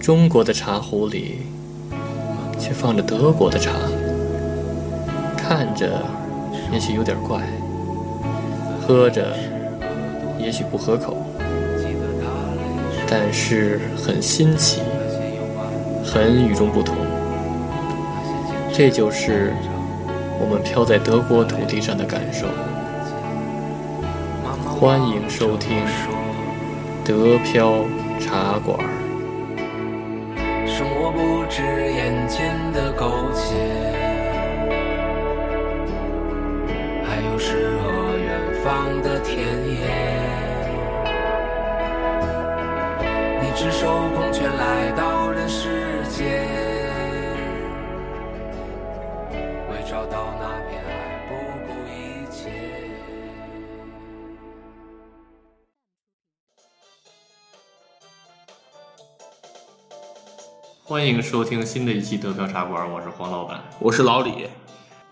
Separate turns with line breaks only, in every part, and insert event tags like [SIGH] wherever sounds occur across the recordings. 中国的茶壶里却放着德国的茶，看着也许有点怪，喝着也许不合口，但是很新奇，很与众不同。这就是我们飘在德国土地上的感受。欢迎收听德飘茶馆。
生活不止眼前的苟且，还有诗和远方的田野。你赤手空拳来到人世间，为找到那片海不顾一切。
欢迎收听新的一期德飘茶馆，我是黄老板。
我是老李。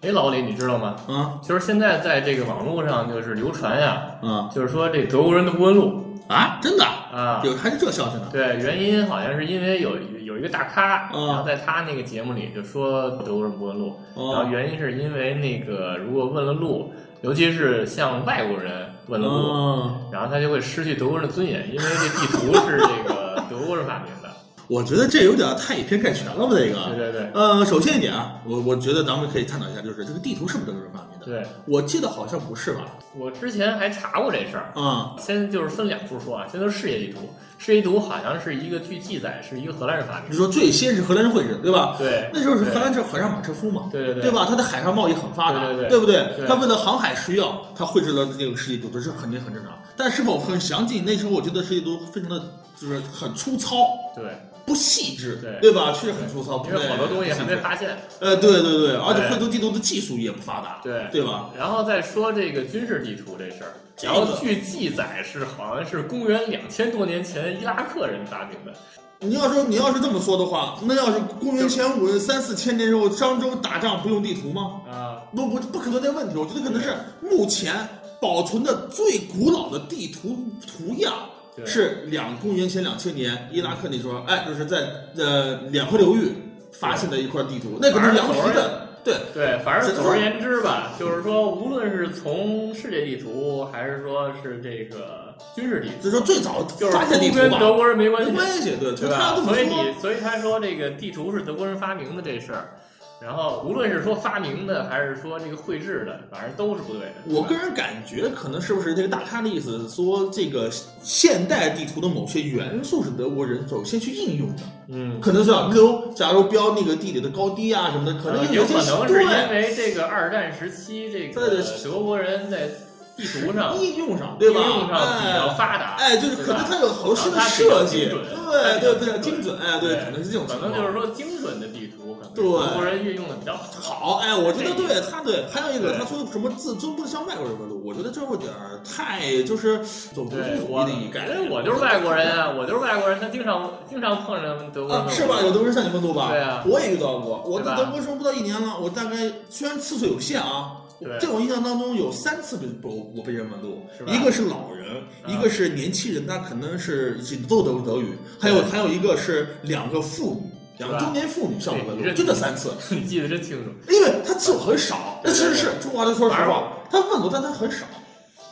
哎，老李，你知道吗？
啊
就是现在在这个网络上就是流传呀，
啊
就是说这德国人都不问路
啊！真的
啊。
有还是这消息呢？
对，原因好像是因为有有一个大咖，
嗯
然后在他那个节目里就说德国人不问路，然后
哦
原因是因为那个如果问了路，尤其是像外国人问了路，
嗯，
然后他就会失去德国人的尊严，因为这地图是这个德国人发明 [LAUGHS] 的。
我觉得这有点太以偏概全了吧？这
对
个，
对对
呃，首先一点啊，我我觉得咱们可以探讨一下，就是这个地图是不是德国人发明的？
对，
我记得好像不是吧？
我之前还查过这事儿。
啊
先就是分两处说啊，先都是世界地图，世界地图好像是一个据记载是一个荷兰人发明
你
的，
说最先是荷兰人绘制，对吧？
对，
那时候是
对
荷兰是海上马车夫嘛，
对对对
对吧？他的海上贸易很发达，
对对对
不对
对？
他为了航海需要，他绘制了这个世界地图，这是肯定很正常。但是否很详尽？那时候我觉得世界地图非常的就是很粗糙，
对，
不细致，
对
吧？确实很粗糙，不
因为好多东西还没
对
发现。
呃，对对对，而且
对
绘图地图的技术也不发达，
对
对吧？
然后再说这个军事地图这事儿，
这
然
个
后据记载是好像是公元两千多年前伊拉克人发明的，
你要说你要是这么说的话，那要是公元前五三四千年之后，商周打仗不用地图吗？
啊，
不不不可能这问题，我觉得可能是目前保存的最古老的地图图样
对嗯
是两公元前两千年伊拉克那时候，哎，就是在呃两河流域发现的一块地图，那可能是羊皮的，对
对，反正总而言之吧，就是说，无论是从世界地图，还是说是这个军事地
所
图，
以说最早
就是
发现地
都
图
跟德
吧，
国人没关
没
系，
关系，对，
对
就他
吧
这？么
所以
说
你，，所以他说这个地图是德国人发明的这事儿，然后无论是说发明的，还是说这个绘制的，反正都是不对的。
我个
对吧
人感觉，可能是不是这个大咖的意思，说这个现代地图的某些元素是德国人首先去应用的，
嗯，
可能是啊，比如假如标那个地理的高低啊什么的，可能
呃有
有
可
些
能是因
对
为这个二战时期，这
对
个
对
德国人在地图上、
应用上，对吧？
应用上比较
哎
发达，
哎，就是可能它有好多新的
啊它比较
设计，
精准它
对
比较
对对，
精
精准，哎对，可能是这种
可
情
能
况。
就是说精准的地图，可能
对
德国人运用的比较好。
好，哎，我觉得对他对，还有一个
对
他说什么自尊不像外国人的路，我觉得这有点儿太就是种族主
对
义
我，
的一概
因
念
为我就是外国人啊，我就是外国人，他经常经常碰上德国人问
啊，
我，
是吧？有德国人向你问路吧？
对啊
我也遇到过。我
对
在
吧
德国生活不到一年了，我大概虽然次数有限啊
对，
在我印象当中有三次被我我被人问路
是，吧
一个是老人，
啊
一个是年轻人，他可能是都德德语，还有还有一个是两个妇女，两个
是吧
中年妇女向我问
对
路，就这三次，
你记得真清楚。
因为他次数很 [LAUGHS] 少。那
对
其实是中国人说实
反正
话，他问路，但他很少。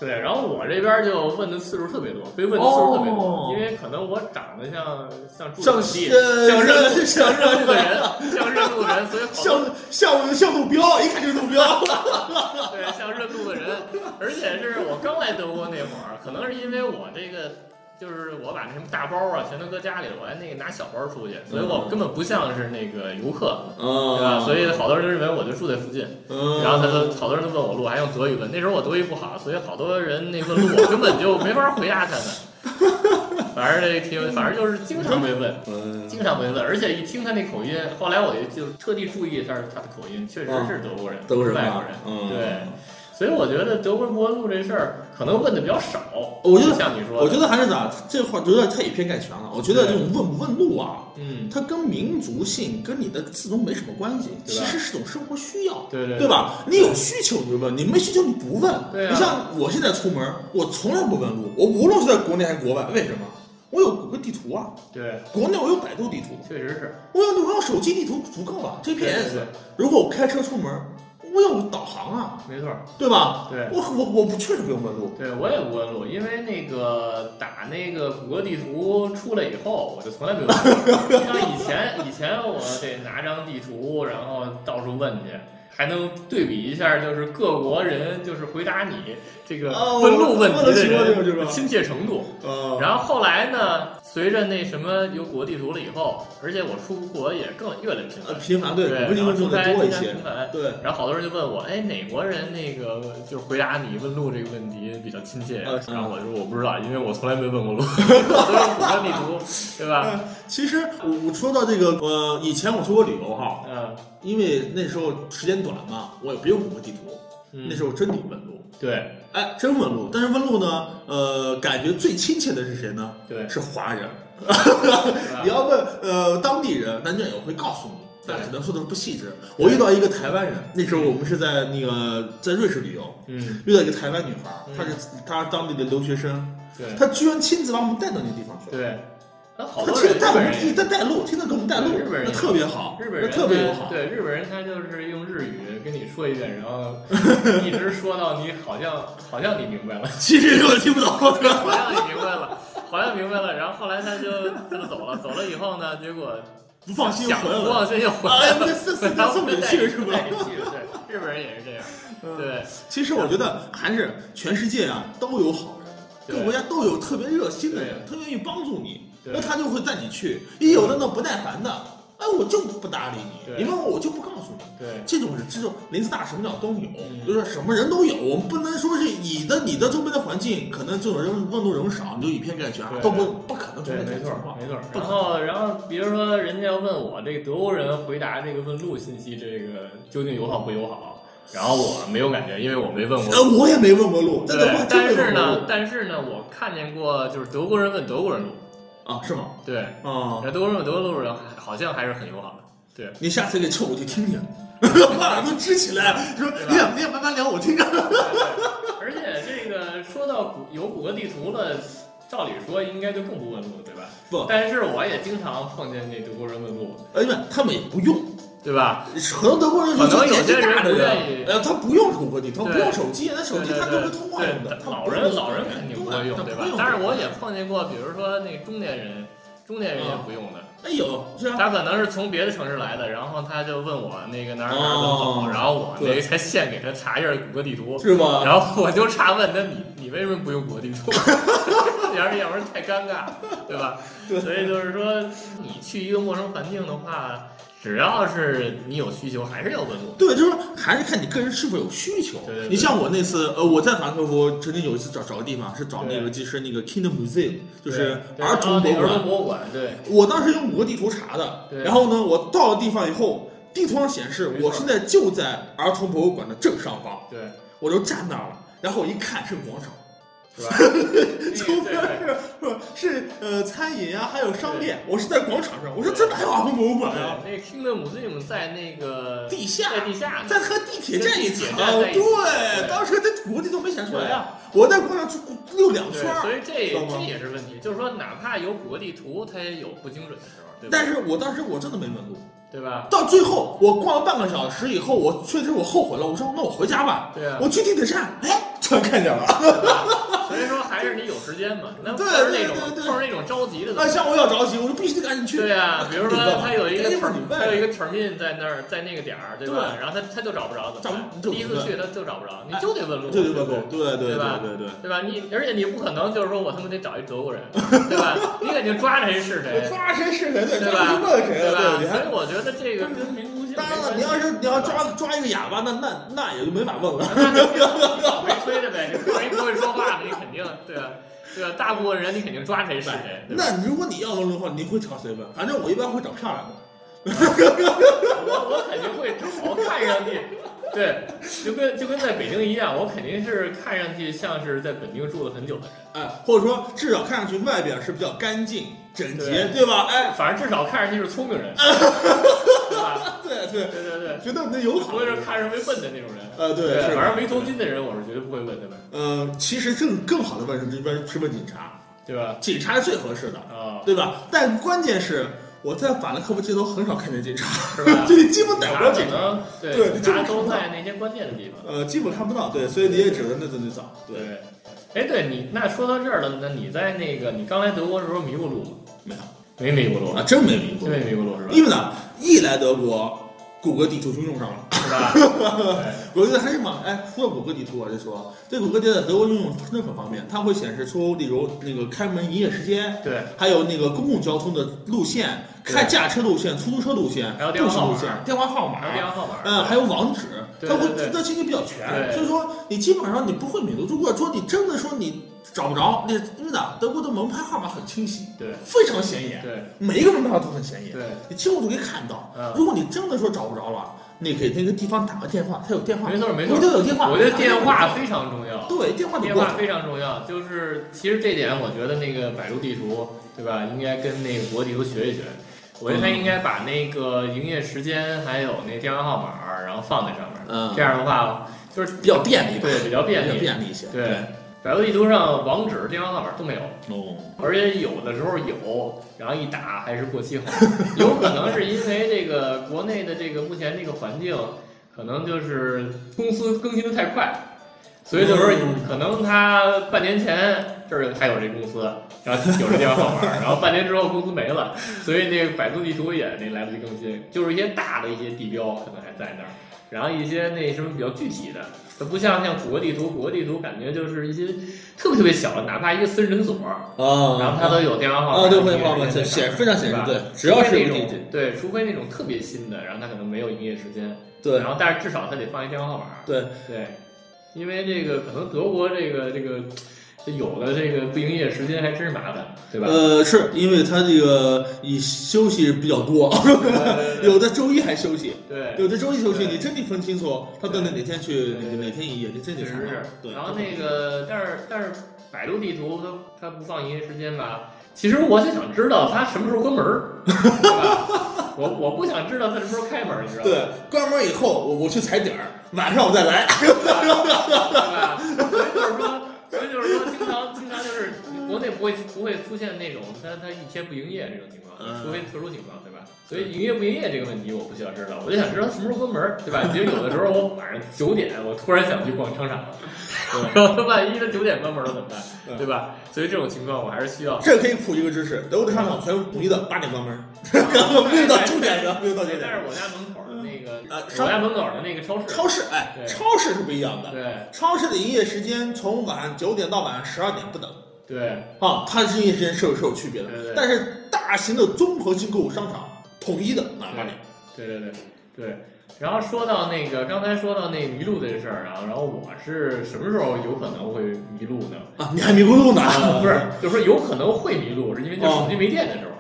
对，然后我这边就问的次数特别多，被问的次数特别多，
哦
因为可能我长得像像猪
像
地，
呃
像认路 [LAUGHS]
像
像认路的人，啊 [LAUGHS] 像认路人，所以好多
[LAUGHS] 像像像路标，一看就是路标。 [LAUGHS]
对，像认路的人，而且是我刚来德国那会儿，可能是因为我这个就是我把那什么大包啊全都搁家里了，我还那个拿小包出去，所以我根本不像是那个游客，对吧？
啊
所以好多人都认为我就住在附近，
嗯
然后他都好多人都问我路，还用德语问。那时候我德语不好，所以好多人那问路我根本就没法回答他们。反正这个挺有，反正就是经常被问，
嗯
经常被问，而且一听他那口音，后来我就就特地注意一下他的口音，确实是德国人，
德国人吧
外国人，
嗯
对。所以我觉得德国人不问路这事儿可能问的比较少，
我觉得
就像你说的，
我觉得还是咋，这话有点太以偏概全了。我觉得这种问不问路啊，
嗯，
它跟民族性跟你的自尊没什么关系，
对
其
吧
实是种生活需要，
对对对
吧？你有需求你就问，你没需求你不问。
对啊
你像我现在出门，我从来不问路，我无论是在国内还是国外，为什么？我有谷歌地图啊，
对，
国内我有百度地图，
确实是，
我有我有手机地图足够了
对对
，GPS
对。
如果我开车出门，我有导航啊，
没错儿。
对吧？
对
我我我不确实不用问路。
对，我也不问路，因为那个打那个谷歌地图出来以后，我就从来没有问过。像以前，以前我得拿张地图，然后到处问去，还能对比一下，就是各国人就是回答你这个
哦
问路问
我我
题
都学过这
的
个这个
人亲切程度。
呃，
然后后来呢，随着那什么有谷歌地图了以后，而且我出国也更越来越频繁
呃，，频繁对，
对，
我们
然后
问
出
路
差
的多
更
一
加
些
频。繁。
对，
然后好多人就问我，哎，哪国人那个就是回答你问路这个问题比较亲切呀
嗯？
然后我说我不知道，因为我从来没问
[LAUGHS]
过路，我都是谷歌地图，对吧？
其实我我说到这个，呃，以前我出国旅游哈，
嗯，
因为那时候时间短嘛，我也不用谷歌地图，那时
候
候真得问路。
对
哎，真问路，但是问路呢，呃，感觉最亲切的是谁呢？
对，
是华人。 [LAUGHS]
是吧
你要问呃当地人，南卷也会告诉你，但可能说的不细致。
对
我遇到一个台湾人，那时候我们是在那个在瑞士旅游，
嗯，
遇到一个台湾女孩
嗯，
她是她是当地的留学生， [LAUGHS]
对
她居然亲自把我们带到那个地方去。
对，那好
她
多
亲
人
自带我们，
日
亲自带路，亲自给我们带路
日本人，
那特别好，
本
那
人
特别友
他
好。
对日本人他就是用日语跟你说一遍，然
[LAUGHS]
后一直说到你好像好像你明白了， [LAUGHS]
其实我听不懂，
好像你明白了，好像明白了，然后后来他就他就走了，走了以后呢，结果
不放心，
想
回来
不
了。
放心又回
哎
来
呀，
了
那。送送
然后
送
就
你
带
去
你
是吧？
带你去，对，日本人也是这样，对，
其实我觉得还是全世界啊都有好人，
啊对
各国家都有特别热心的人，
对
他愿意帮助你，
对
那他就会带你去。也有的呢不耐烦的，哎，我就不搭理你，
对
你问我我就不告诉你。
对，
这种人，这种林子大什么鸟都有，
嗯
就是什么人都有。我们不能说是你的你的周边的环境，可能这种人问路人少，你就以偏概全啊，
对
都不不可能存
对，
在这
没
种
错
情，况。
没错。
不
然
可能
后，然后，比如说，人家要问我这个德国人回答这个问路信息，这个究竟友好不友好？然后我没有感觉，因为我没问过。
呃，我也没问过路，在德国
哦对，
真
但
没
是
问过
呢，
路
但是呢，我看见过就是德国人问德国人路，
啊，是吗？
对，
啊，
德国人问德国路人好像还是很友好的。对，
你下次给凑过去听 [LAUGHS] 听，把耳朵支起来，说哎
吧
你俩你俩慢慢聊，我听着。
[LAUGHS] 而且这个说到谷有谷歌地图了，照理说应该就更不问路，对吧？
不
但是我也经常碰见那德国人问路，
哎呀，他们也不用，
对吧？
很多德国人
可能
尤其
有些
年纪大的
人不愿意
呃，他不用谷歌地图，
对
不用手机，那手机
对对
他都是通话用的
对。
他
老
不
人
用
老人肯定不会用，
他
对
不
吧
用？
但是我也碰见过，比如说那中年人，中年人也不用的，
哎有是啊，
他可能是从别的城市来的，然后他就问我那个哪儿哪儿怎么
哦
走，然后我那
对
个才现给他查一下谷歌地图，
是吗？
[LAUGHS] 然后我就差问他你你为什么不用谷歌地 [LAUGHS] 图？要是要不然太尴尬，对吧？
对
所以就是说，你去一个陌生环境的话，只要是你有需求，还是要问路。
对，就是还是看你个人是否有需求
对对。对
你像我那次，呃，我在法兰克福曾经有一次找找个地方，是找那
对
个就是那个 Kingdom Museum，就是
对
儿童博
对
物
儿童
馆。
博物馆，对
我当时用谷歌地图查的，
对
然后呢，我到了地方以后，地图上显示
没错
我现在就在儿童博物馆的正上方， [LAUGHS]
对，
我就站那儿了。然后我一看是个广场，
是吧？
周
[LAUGHS] 对
边
对
是不 [LAUGHS] 是呃餐饮啊，还有商店。我是在广场上，我说真的还有儿童博物馆啊，
对，那 Kingdom Museum 在那个
地下
在地下呢，
在和地铁站一层。
在地铁站在一起对
对，当时这国际都没显出来啊。我在广场就溜两圈
对，所
儿，
以这
懂吗
这也是问题，就是说哪怕有谷歌地图，它也有不精准的时候，对吧？
但是我当时我真的没问路。
对吧？
到最后我逛了半个小时以后，我确实我后悔了，我说那我回家吧。
对啊
我去地铁站，哎，全看见了。
所以说还是你有时间嘛，那
对
碰上那
对
种
对对
碰上那种着急的怎
那
么办，
像我要着急，我就必须得赶紧去。
对呀、比如说他有一个
赶紧
term-
问
他有一个 termin 在那儿，在那个点儿，对吧？
对
然后他他就找不着，怎
找
么
不
办？
就
第一次去他就找不着，你就得问路，
对对
不
对对对对
吧
对对。
对吧？你而且你不可能就是说我他妈得找一德国人，对吧？你肯定抓着谁是谁，
抓谁是谁，对，
对
抓
吧？
谁问谁
对
了，
吧？
对，你
所以
还
我觉得这个跟民族性没
当然了，
关
你
系
要是你要抓抓一个哑巴，那那那也就没法问了。
那就你被催着呗，你不人不会说话，你肯定对吧？对吧？大部分人你肯定抓谁是谁，对吧？
那如果你要问的话，你会找谁问？反正我一般会找漂亮的。
我我肯定会找，看上去，对，就跟就跟在北京一样，我肯定是看上去像是在北京住了很久的人，
哎，或者说至少看上去外表是比较干净整洁，
对
对吧？哎，
反正至少看上去是聪明人，对吧？
对对，
对对对，
觉得那友好
不。会是看上去笨的那种人。
呃，对，是
反正
吧？
没头巾的人，我是绝对不会问的吧？
呃，其实更更好的问是问是问警察，
对吧？
警察是最合适的，
啊，
对吧？但关键是我在法兰克福街头很少看见警察，
是吧
[LAUGHS] 就？你基本逮不
哪
着
可
警察，
能
对
对，
这
大
个
家都
看不到
在那些关键的地方。
呃，基本看不到，对，所以你也只能那怎么找，对，
对，哎，对你那说到这儿了，那你在那个你刚来德国的时候迷过路吗？
没有
没迷过路
啊，，真没迷过
真，没迷过路是吧？
因为呢，一来德国，谷歌地图就用上了。
是吧？对
我觉得还是蛮哎，说到谷歌地图，我就说这谷歌地图在德国应用真的很方便，它会显示出例如那个开门营业时间，
对，
还有那个公共交通的路线、
对
开驾车路线、出租车路线、
还有电
住
话
宿
号
路
码
线、电话号
还有电
码，
话号码，
嗯，还有网址，
对
它会
对对
它信息比较全，
对
所以说你基本上你不会迷路。如果说你真的说你找不着，那因为呢，德国的门牌号码很清晰，
对
非常显眼，
对
每一个门牌号都很显眼。
对，
你清楚就可以看到
嗯。
如果你真的说找不着了，你给那个地方打个电话，他有电话，
没错没
我
错
就有电话。
我觉得电话
非
非常重要。
对电话得
电
过
话非常重要，就是其实这点我觉得那个百度地图，对吧？应该跟那个国地图学一学。我觉得他应该把那个营业时间还有那电话号码，然后放在上面。
嗯
这样的话就是
比较便利吧，
对比较便
比较
利。
便利一些。
对，百度地图上网址、电话号码都没有，
哦，
而且有的时候有，然后一打还是过期号，有可能是因为这个国内的这个目前这个环境，可能就是公司更新的太快，所以就是
嗯
可能他半年前这儿还有这公司，然后有这电话号码，然后半年之后公司没了，所以那个百度地图也那来不及更新，就是一些大的一些地标可能还在那儿，然后一些那什么比较具体的，它不像像国地图，国地图感觉就是一些特别特别小的，哪怕一个私人诊所。
啊，
然后它都有电话号码，
啊，对，会
你也
号码
可以在上面
显显非常显
对吧
示，对，只要
除
是
非
有
那
地
种
址，
对，除非那种特别新的，然后它可能没有营业时间，
对
然后但是至少它得放一电话号码，
对
对，因为这个可能德国这个这个这有的这个不营业时间还真是麻烦，对吧？
呃，是因为他这个你休息比较多，
呃
[LAUGHS] 有的周一还休息，
对，
有的周一休息，
对
你真得分清楚他到底哪天
对
去
对对
哪天营业，你真得
确实
看
是
到。。对，
然后那个，但是但是百度地图它它不放营业时间吧？其实我就想知道它什么时候关门儿，对吧？ [LAUGHS] 我我不想知道它什么时候开门儿，你知道吗？
对，关门以后我我去踩点儿，晚上我再来。 [LAUGHS]
对吧？所以就是说，所以就是说，经常经常就是国内不会不会出现那种他他一天不营业这种情况，
嗯
除非特殊情况，对吧？所以营业不营业这个问题我不需要知道，我就想知道什么时候关门，对吧？其实有的时候我晚上九点我突然想去逛商场了， [LAUGHS] 然后他万一他九点关门了怎么办，
嗯
对吧？所以这种情况我还是需要。
这可以普及一个知识，德国的商场全统一的八点关门， [LAUGHS] 没有到九点的，没有到九
但
点。
是我家门口的那个，
呃
我家门口的那个超市，
超市，哎，
对
超市是不一样的，
对
超市的营业时间从晚上九点到晚上十二点不等
对
啊，它的营业时间是有是有区别
对对
的。但是大型的综合性购物商场统一的晚八点，
对对对对。然后说到那个，刚才说到那迷路这事儿啊，然后我是什么时候有可能会迷路
[LAUGHS]
呢？
啊，你还迷过路呢？ [LAUGHS]
啊，不是，就是说有可能会迷路，是因为就是手机没电的时候，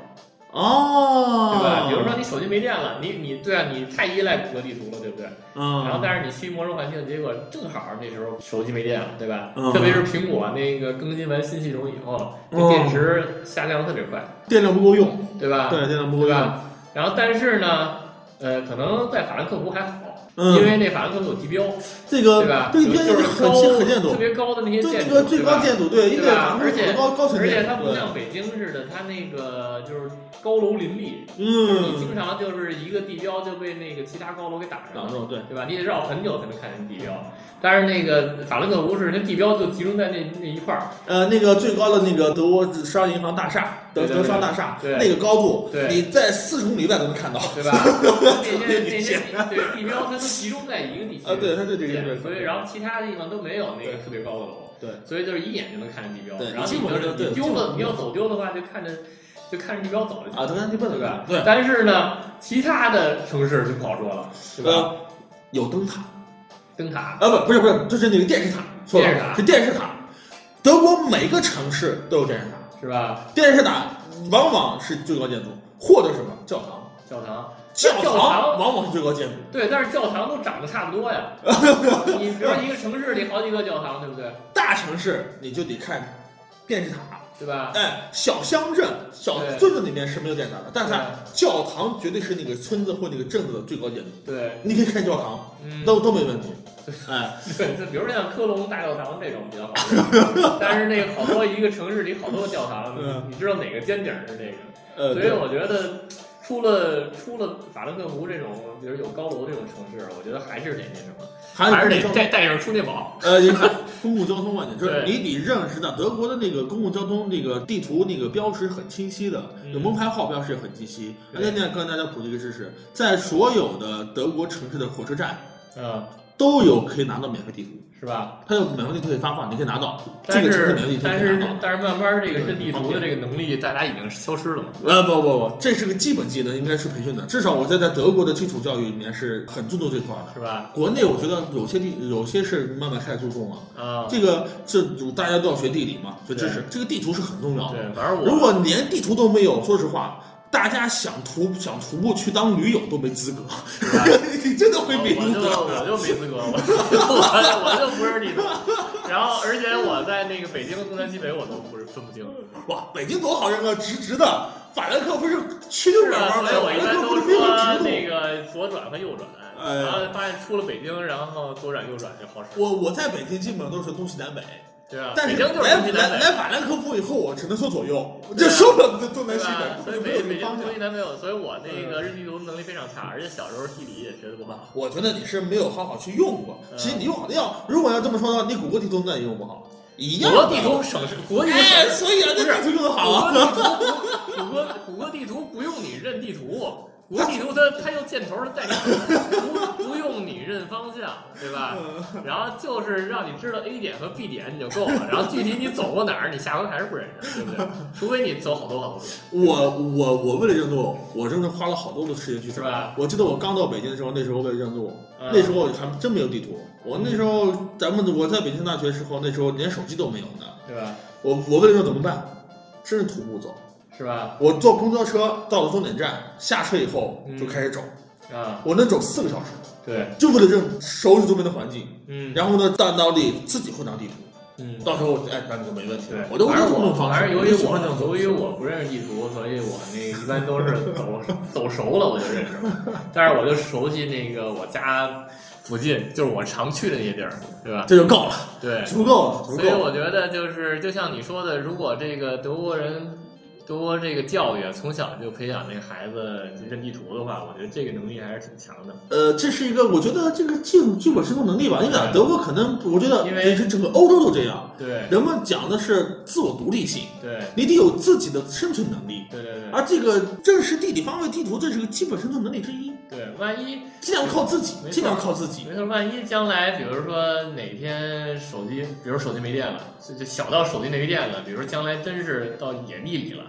哦，
对吧？比如说你手机没电了，你你对啊，你太依赖谷歌地图了，对不对？然后
嗯，
但是你去陌生环境，结果正好那时候手机没电了，对吧？
嗯
特别是苹果那个更新完新系统以后，那
哦
电池下降得特别快，
电量不够用，
对吧？
对，电量不够
对
用，
吧？然后但是呢，呃，可能在法兰克福还好，
嗯
因为那法兰克福有地标，
这
对
个
吧？
对
有
电
就是
量很
高
很见
特
多，
别高的那些
就
建
那
筑，
个最高
对吧
建筑，对，因
对
为
吧？
法
而
国
且
有高高层
而
建
且
筑
它不
对
像北京似的，它那个就是高楼林立，就是你
嗯，
经常就是一个地标就被那个其他高楼给挡上
挡
了。
住对。
对吧？你得绕很久才能看见地标，但是那个法兰克福是那地标就集中在那那一块儿，
呃，那个最高的那个德国商业银行大厦，德
对对
德商大厦，
对
那个高度，
对
你在四十公里外都能看到。
对
[LAUGHS]
吧？那些那
明
些
显
地对地标它都集中在一个地区
啊，对，它就这个，
所以然后其他地方都没有那个特别高的楼，
对，
所以就是一眼就能看见地标。
对
然后
基
你
本上
就是
对
你
基
丢
本
了，
上
你要走丢的话，就看着就看着地标走就行，
啊，德商地不
对
能
吧
看，？对，
但是呢，其他的城市就不好说了，对吧？
呃，有灯塔，
灯塔，
啊，不，不是，不是，就是那个电视塔，错
电视塔
了，是电视塔。德国每个城市都有电视塔，
是吧？
电视塔往往是最高建筑，或者什么教堂，
教堂，
教
教堂
往往是最高建筑。
对，但是教堂都长得差不多
[LAUGHS]
呀。你比如一个城市里好几个教堂，对不对？
大城市你就得看电视塔，
对吧？
哎，小乡镇、小
对
村子里面是没有电塔的，但是它
对
教堂绝对是那个村子或那个镇子的最高点。
对，
你可以开教堂，
嗯，
都都没问题。哎，
[LAUGHS] 对，就比如像科隆大教堂这种比较好，
[LAUGHS]
但是那个好多一个城市里好多教堂，
嗯
你知道哪个尖顶儿是那个？
呃，
所以
对，
我觉得出了出了法兰克福这种，比如有高楼这种城市，我觉得还是得那什么，
还
还是
有
得带带上充电宝。
呃，你看 [LAUGHS] 公共交通嘛，你这
对
你得认识到德国的那个公共交通那个地图那个标识很清晰的，
嗯
有门牌号标识也很清晰。而
对
且呢，跟大家普及一个知识，在所有的德国城市的火车站
嗯，
都有可以拿到免费地图，
是吧？
它有免费地图可以发放，你可以拿到这
但
个城市
是
免费地图可
但
以
是
拿到。
但是慢慢这个
对
认地图的这个能力，大家已经消失了嘛。
呃，不不不，这是个基本技能，应该是培训的。至少我在在德国的基础教育里面是很注重这块儿的。
是吧？
国内我觉得有些地有些是慢慢开始注重了。
啊、
这个这大家都要学地理嘛，学知识，这个地图是很重要的。
对，反正我
如果连地图都没有，说实话，大家想徒想徒步去当驴友都没资格，
是吧
你 [LAUGHS] 真的
我
会
哦我
被
就
驴
我
得。
就没资格， [LAUGHS] 我我我就不是地图。然后，而且我在那个北京东南西北我都不是分不清，
哇，北京多好认啊，直直的，法兰克福是去
是
溜
啊，
弯
所以
的，
我一
法兰
般
克
都
福是没有
说
直路。
那个左转和右转，
哎呀
然后发现出了北京，然后左转右转就好使，
我我在北京基本上都是东西南北，
对吧？
但
啊北
是
京
来
就是东西
来
南
来
北，
法兰克福以后，我只能说左右，
对
就
啊
说不了东
对
南西
吧？
北，
所以
没有
北
一
北
个
京
方
东
向。
西南北我，所以我那个认地图能力非常差，而且小时候地理也学的不好。
我觉得你是没有好好去用过。
嗯
其实你用好要，如果要这么说的话，你谷歌地图那也用不好，一样的。
国地图省事，国地图省
哎，
事
所以啊，这地图用 [LAUGHS] 的好啊。
谷歌谷歌地图不用你认地图，谷歌地图它它用箭头儿带你 [LAUGHS] 走，不不用你认方向，对吧？然后就是让你知道 A 点和 B 点你就够了，然后具体你走过哪儿，你下回还是不认识，对不对？除非你走好多好多遍，
我我我为了认路，我真是花了好多的时间去
是
找。
吧？
我记得我刚到北京的时候，那时候为了认路，
嗯
那时候还真没有地图。我那时候咱们我在北京大学时候，那时候连手机都没有呢。
对吧？
我我为了认怎么办？真是徒步走。
是吧？
我坐公交车到了终点站，下车以后
嗯
就开始走，
啊，
我能走四个小时，
对，
就为了认熟悉周边的环境。
嗯，
然后呢，大脑里自己会拿地图，
嗯。
到时候哎，那你就没问题
对
了。，我都不
反
知道
正
怎么
我
跑，
反正由于
就喜欢这
我
种
由于我不认识地图，所以我那一般都是走走熟了我就认识了，但是我就熟悉那个我家附近，就是我常去的那些地儿，对吧？
这就够了，
对，
足够了，足
所
够
以
了。
我觉得就是就像你说的，如果这个德国人。德国这个教育啊从小就培养这个孩子认地图的话，我觉得这个能力还是挺强的。
呃，这是一个我觉得这个基基本生存能力吧，因为啊德国可能我觉得
因为
是整个欧洲都这样，
对，
人们讲的是自我独立性，
对，
你得有自己的生存能力，
对对对
而这个正是地理方位地图，这是个基本生存能力之一，
对，万一
尽量靠自己
没，错
尽量靠自己。
没错，万一将来，比如说哪天手机，比如手机没电了，就就小到手机没电了，比如将来真是到野地里了，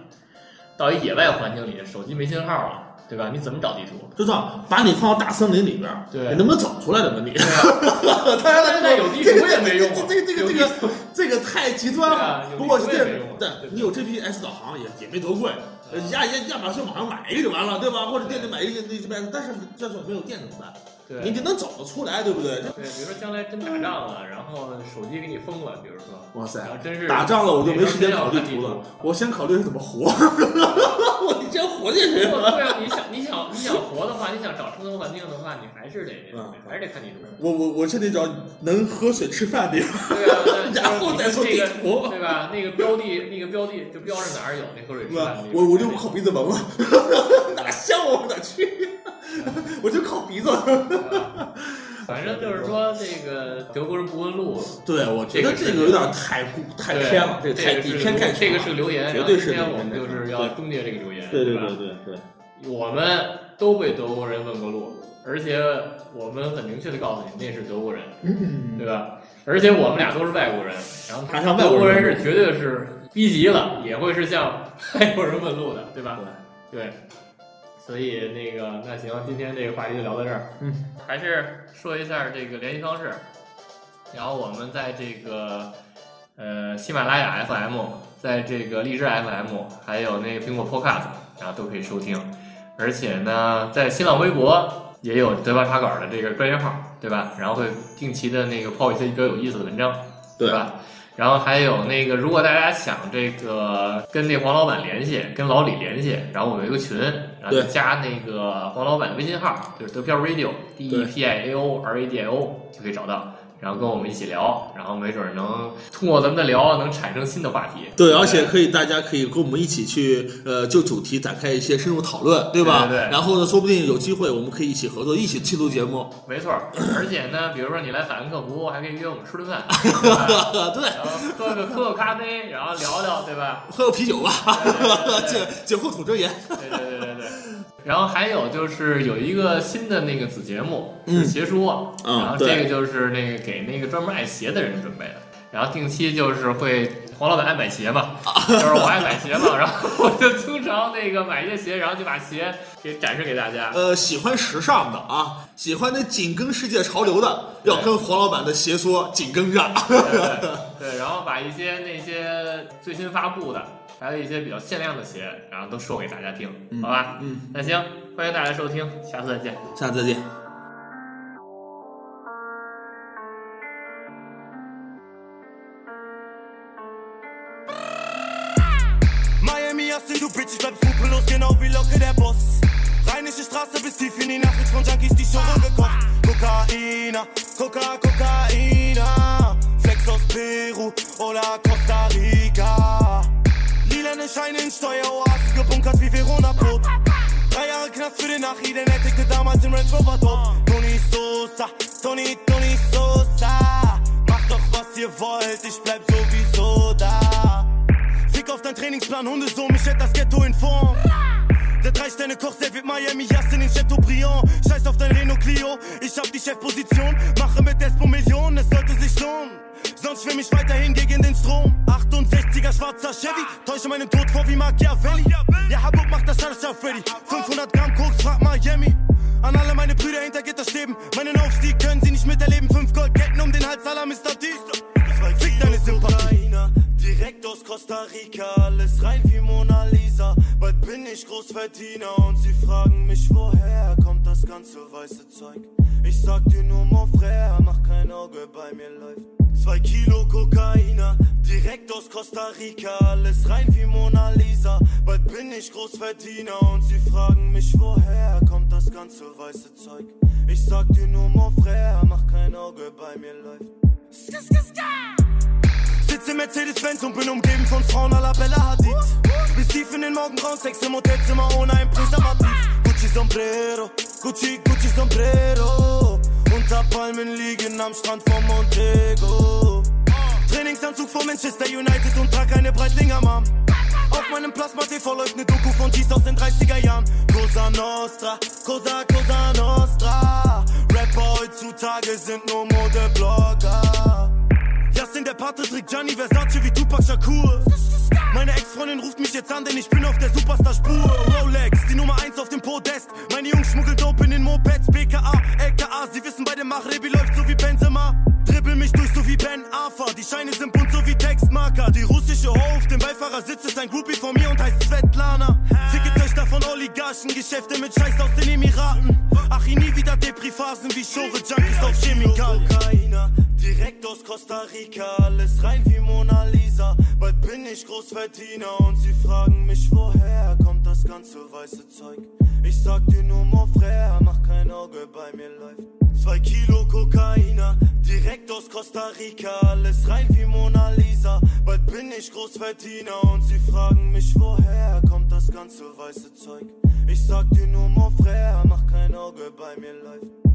到一野外环境里，手机没信号了，对吧？你怎么找地图？
就算把你放到大森林里边儿，
对
[LAUGHS] 你能不能走出来的问题？当然了，
现在有地图也没用啊
[LAUGHS] 这个这个这个这个这个太极端
对啊
了
有。地
不过是这
图也没用啊
对
对，啊
你有 GPS 导航也也没多贵，
呃
亚亚亚马逊网上买一个就完了，对吧？或者店里买一个那这边，但是要是没有电怎么办？
对
你
对，
得能走得出来，对不对？
比如说将来真打仗了，然后手机给你封了，比如说，
哇塞
然！后啊真是
打仗了，我就没时间
哪
考
边
虑
真要看
图
地
了，我先考虑怎么活。 [LAUGHS] 我先活下
[LAUGHS] 如
去。
果对啊，你想你想你想活的话，你想找生存环境的话，你还是得
嗯
还是得看地图。
我我我现在找能喝水吃饭的地方，
对啊，那就是
[LAUGHS] 然后再做
这
地
个
图。
对吧？那个标的，那个标的就标着哪儿有那喝水吃饭的地方。
我我就靠鼻子闻了， [LAUGHS] 哪像我哪去？ [LAUGHS] 我就靠鼻子。
反正就是说，这个德国人不问路，
对，我觉
这
得这
个是
个有点太过太
对
偏了，
这
太
个
以
是
偏概
这
全
个
了。
是留言，
绝对是
然后今天
留
我
言
们就是要终结这个留言，
对对
吧
对对对，
我们都被德国人问过路，而且我们很明确的告诉你，那是德国人，
嗯，
对吧？而且我们俩都是外国人，然后
还
他
向外
德
国
国
人
人是绝对是逼急了，也会是向外国人问路的，对吧？对，所以那个那行，今天这个话题就聊到这儿。
嗯，
还是说一下这个联系方式，然后我们在这个呃喜马拉雅 FM，在这个荔枝 FM，还有那个苹果 Podcast，然后都可以收听。而且呢，在新浪微博也有德巴茶馆的这个专业号，对吧？然后会定期的那个抛一些比较有意思的文章，
对
吧？然后还有那个，如果大家想这个跟那黄老板联系，跟老李联系，然后我们有一个群，然后就
对
加那个黄老板的微信号，就是得票 radio d e
对
p i a o r a d i o 就可以找到，然后跟我们一起聊，然后没准能通过咱们的聊能产生新的话题。
对，而且可以，大家可以跟我们一起去，呃，就主题展开一些深入讨论，对吧？
对对对
然后呢，说不定有机会，我们可以一起合作，一起去录节目。
没错
[CLEARS THROAT]
儿，而且呢，比如说你来法兰克福，还可以约我们吃顿
[LAUGHS]
饭，对吧
呃对，
然后喝个喝个咖啡，然后聊聊，对
[LAUGHS]
吧？
喝个啤酒吧， [LAUGHS] 呃
对对对
解解惑吐真言。
对对对对对。然后还有就是有一个新的那个子节目
嗯
是鞋说，
嗯
然后
对
这个就是那个给那个专门爱鞋的人准备的。然后定期就是会黄老板爱买鞋
[LAUGHS]
嘛，就是我爱买鞋嘛，然后我就经常那个买一些鞋，然后就把鞋给展示给大家。
呃，喜欢时尚的啊，喜欢那紧跟世界潮流的，要跟黄老板的邪说紧跟上。 [LAUGHS]
对对，然后把一些那些最新发布的，还有一些比较限量的鞋，然后都说给大家听，好吧？
嗯，
那行，欢迎大家收听，下次再见。
下次再见。
Miami, Austin, du Bitches, bleib skrupellos, genau wie Locke der Boss. Rheinische Straße bis tief in die Nachricht von Junkies, die schon rumgekocht. Kokaina, Coca, Kokaina. Flex aus Peru oder Costa Rica. Lilane Scheine in Steueroasen gebunkert wie Verona-Brot. Drei Jahre Knast für den Nachi, denn er tickte damals im Range Rover tot. Tony Sosa, Tony, Tony Sosa. Macht doch was ihr wollt, ich bleib sowieso da. Fick auf deinen Trainingsplan, Hundesohn, ich hätt das Ghetto in Form. Der Drei-Sterne-Koch serviert Miami Jas in den Chateaubriand. Scheiß auf dein Renault Clio, ich hab die Chefposition. Mache mit Despo Millionen, es sollte sich lohnen. Sonst schwimm ich weiterhin gegen den Strom. 68er schwarzer Chevy, täusche meinen Tod vor wie Machiavelli. Ja, Hamburg macht das alles auf Freddy. 500 Gramm Koks, frag Miami. An alle meine Brüder hinter Gitterstäben. Meinen Aufstieg können sie nicht miterleben. Fünf Goldketten um den Hals aller Mr. Diesel. Fick deine Sympathie. Direkt aus Costa Rica, alles rein wie Mona Lisa. Bald bin ich Großverdiener und sie fragen mich, woher kommt das ganze weiße Zeug. Ich sag dir nur, mon frère, mach kein Auge, bei mir läuft. Zwei Kilo Kokaina, direkt aus Costa Rica, alles rein wie Mona Lisa. Bald bin ich Großverdiener und sie fragen mich, woher kommt das ganze weiße Zeug. Ich sag dir nur, mon frère, mach kein Auge, bei mir läuft. Sitze im Mercedes-Benz und bin umgeben von Frauen à la Bella Hadid. Bis tief in den Morgengrauen, Sex im Hotelzimmer ohne ein Präservativ. Gucci Sombrero, Gucci, Gucci Sombrero. Unter Palmen liegen am Strand von Montego. Trainingsanzug von Manchester United und trag eine Breitlinger Mom. Auf meinem Plasma-TV läuft ne Doku von Cheese aus den 30er Jahren. Cosa Nostra, Cosa, Cosa Nostra. Rapper heutzutage sind nur Modeblogger. Justin, der Pate trägt Gianni Versace wie Tupac Shakur. Meine Ex-Freundin ruft mich jetzt an, denn ich bin auf der Superstar-Spur. Rolex, die Nummer 1 auf dem Podest. Meine Jungs schmuggeln Dope in den Mopeds. BKA, LKA, sie wissen, bei dem Machrebi läuft so wie Benzema. Dribbel mich durch so wie Ben Arfa. Die Scheine sind bunt so wie Textmarker. Die russische Ho auf dem Beifahrersitz ist ein Groupie von mir und heißt Svetlana. Ficke Töchter von Oligarchen, Geschäfte mit Scheiß aus den Emiraten. Ach, ich nie wieder Depri-Phasen wie Schore Junkies auf Chemikalien. Direkt aus Costa Rica, alles rein wie Mona Lisa. Bald bin ich Großverdiener und sie fragen mich, woher kommt das ganze weiße Zeug. Ich sag dir nur, mon frère, mach kein Auge, bei mir läuft. Zwei Kilo Kokaina, direkt aus Costa Rica, alles rein wie Mona Lisa. Bald bin ich Großverdiener und sie fragen mich, woher kommt das ganze weiße Zeug. Ich sag dir nur, mon frère, mach kein Auge, bei mir läuft.